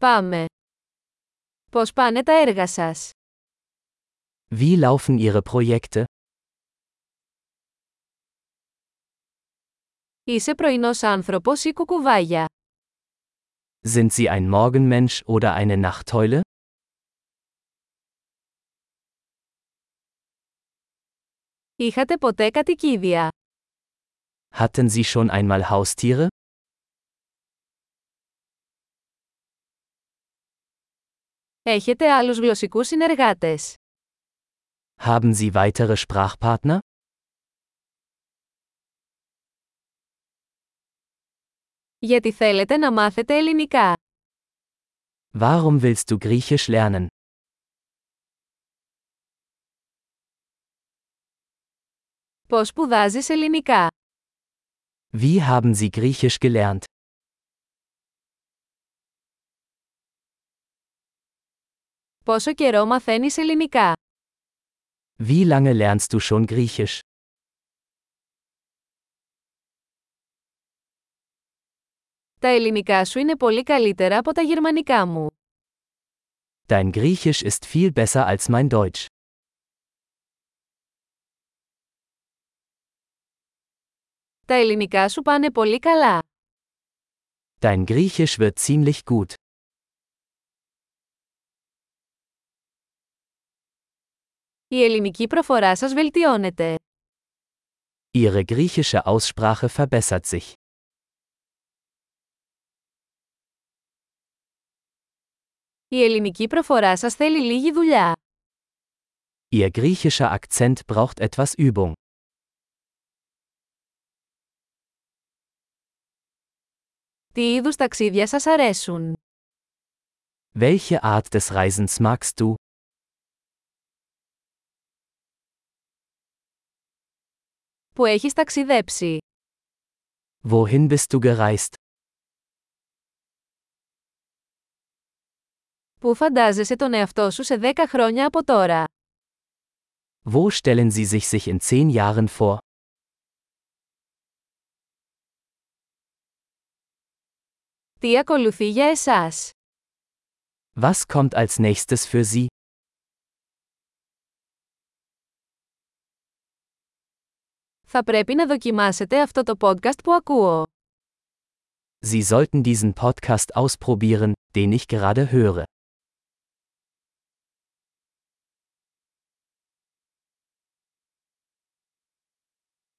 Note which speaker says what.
Speaker 1: Πάμε. Πώς πάνε τα έργα σας?
Speaker 2: Wie laufen Ihre Projekte?
Speaker 1: Είσαι πρωινός άνθρωπος ή κουκουβάγια.
Speaker 2: Sind Sie ein Morgenmensch oder eine Nachteule?
Speaker 1: Είχατε ποτέ κατοικίδια.
Speaker 2: Hatten Sie schon einmal Haustiere?
Speaker 1: Έχετε άλλους γλωσσικούς συνεργάτες.
Speaker 2: Haben Sie weitere Sprachpartner?
Speaker 1: Γιατί θέλετε να μάθετε ελληνικά.
Speaker 2: Warum willst du Griechisch lernen?
Speaker 1: Πώς σπουδάζεις ελληνικά.
Speaker 2: Wie haben Sie Griechisch gelernt?
Speaker 1: Πόσο καιρό μαθαίνεις ελληνικά.
Speaker 2: Wie lange lernst du schon Griechisch?
Speaker 1: Τα ελληνικά σου είναι πολύ καλύτερα από τα γερμανικά μου.
Speaker 2: Dein Griechisch ist viel besser als mein Deutsch.
Speaker 1: Τα ελληνικά σου πάνε πολύ καλά.
Speaker 2: Dein Griechisch wird ziemlich gut.
Speaker 1: Η ελληνική προφορά σας βελτιώνεται.
Speaker 2: Ihre griechische Aussprache verbessert sich.
Speaker 1: Η ελληνική προφορά σας θέλει λίγη δουλειά.
Speaker 2: Ihr griechischer Akzent braucht etwas Übung.
Speaker 1: Τι είδους ταξίδια σας αρέσουν.
Speaker 2: Welche Art des Reisens magst du?
Speaker 1: Που έχεις ταξιδέψει.
Speaker 2: Wohin bist du gereist?
Speaker 1: Πού φαντάζεσαι τον εαυτό σου σε 10 χρόνια από τώρα.
Speaker 2: Wo stellen Sie sich sich in zehn Jahren vor?
Speaker 1: Τι ακολουθεί για εσάς.
Speaker 2: Was kommt als nächstes für Sie?
Speaker 1: Θα πρέπει να δοκιμάσετε αυτό το podcast που ακούω.
Speaker 2: Sie sollten diesen Podcast ausprobieren, den ich gerade höre.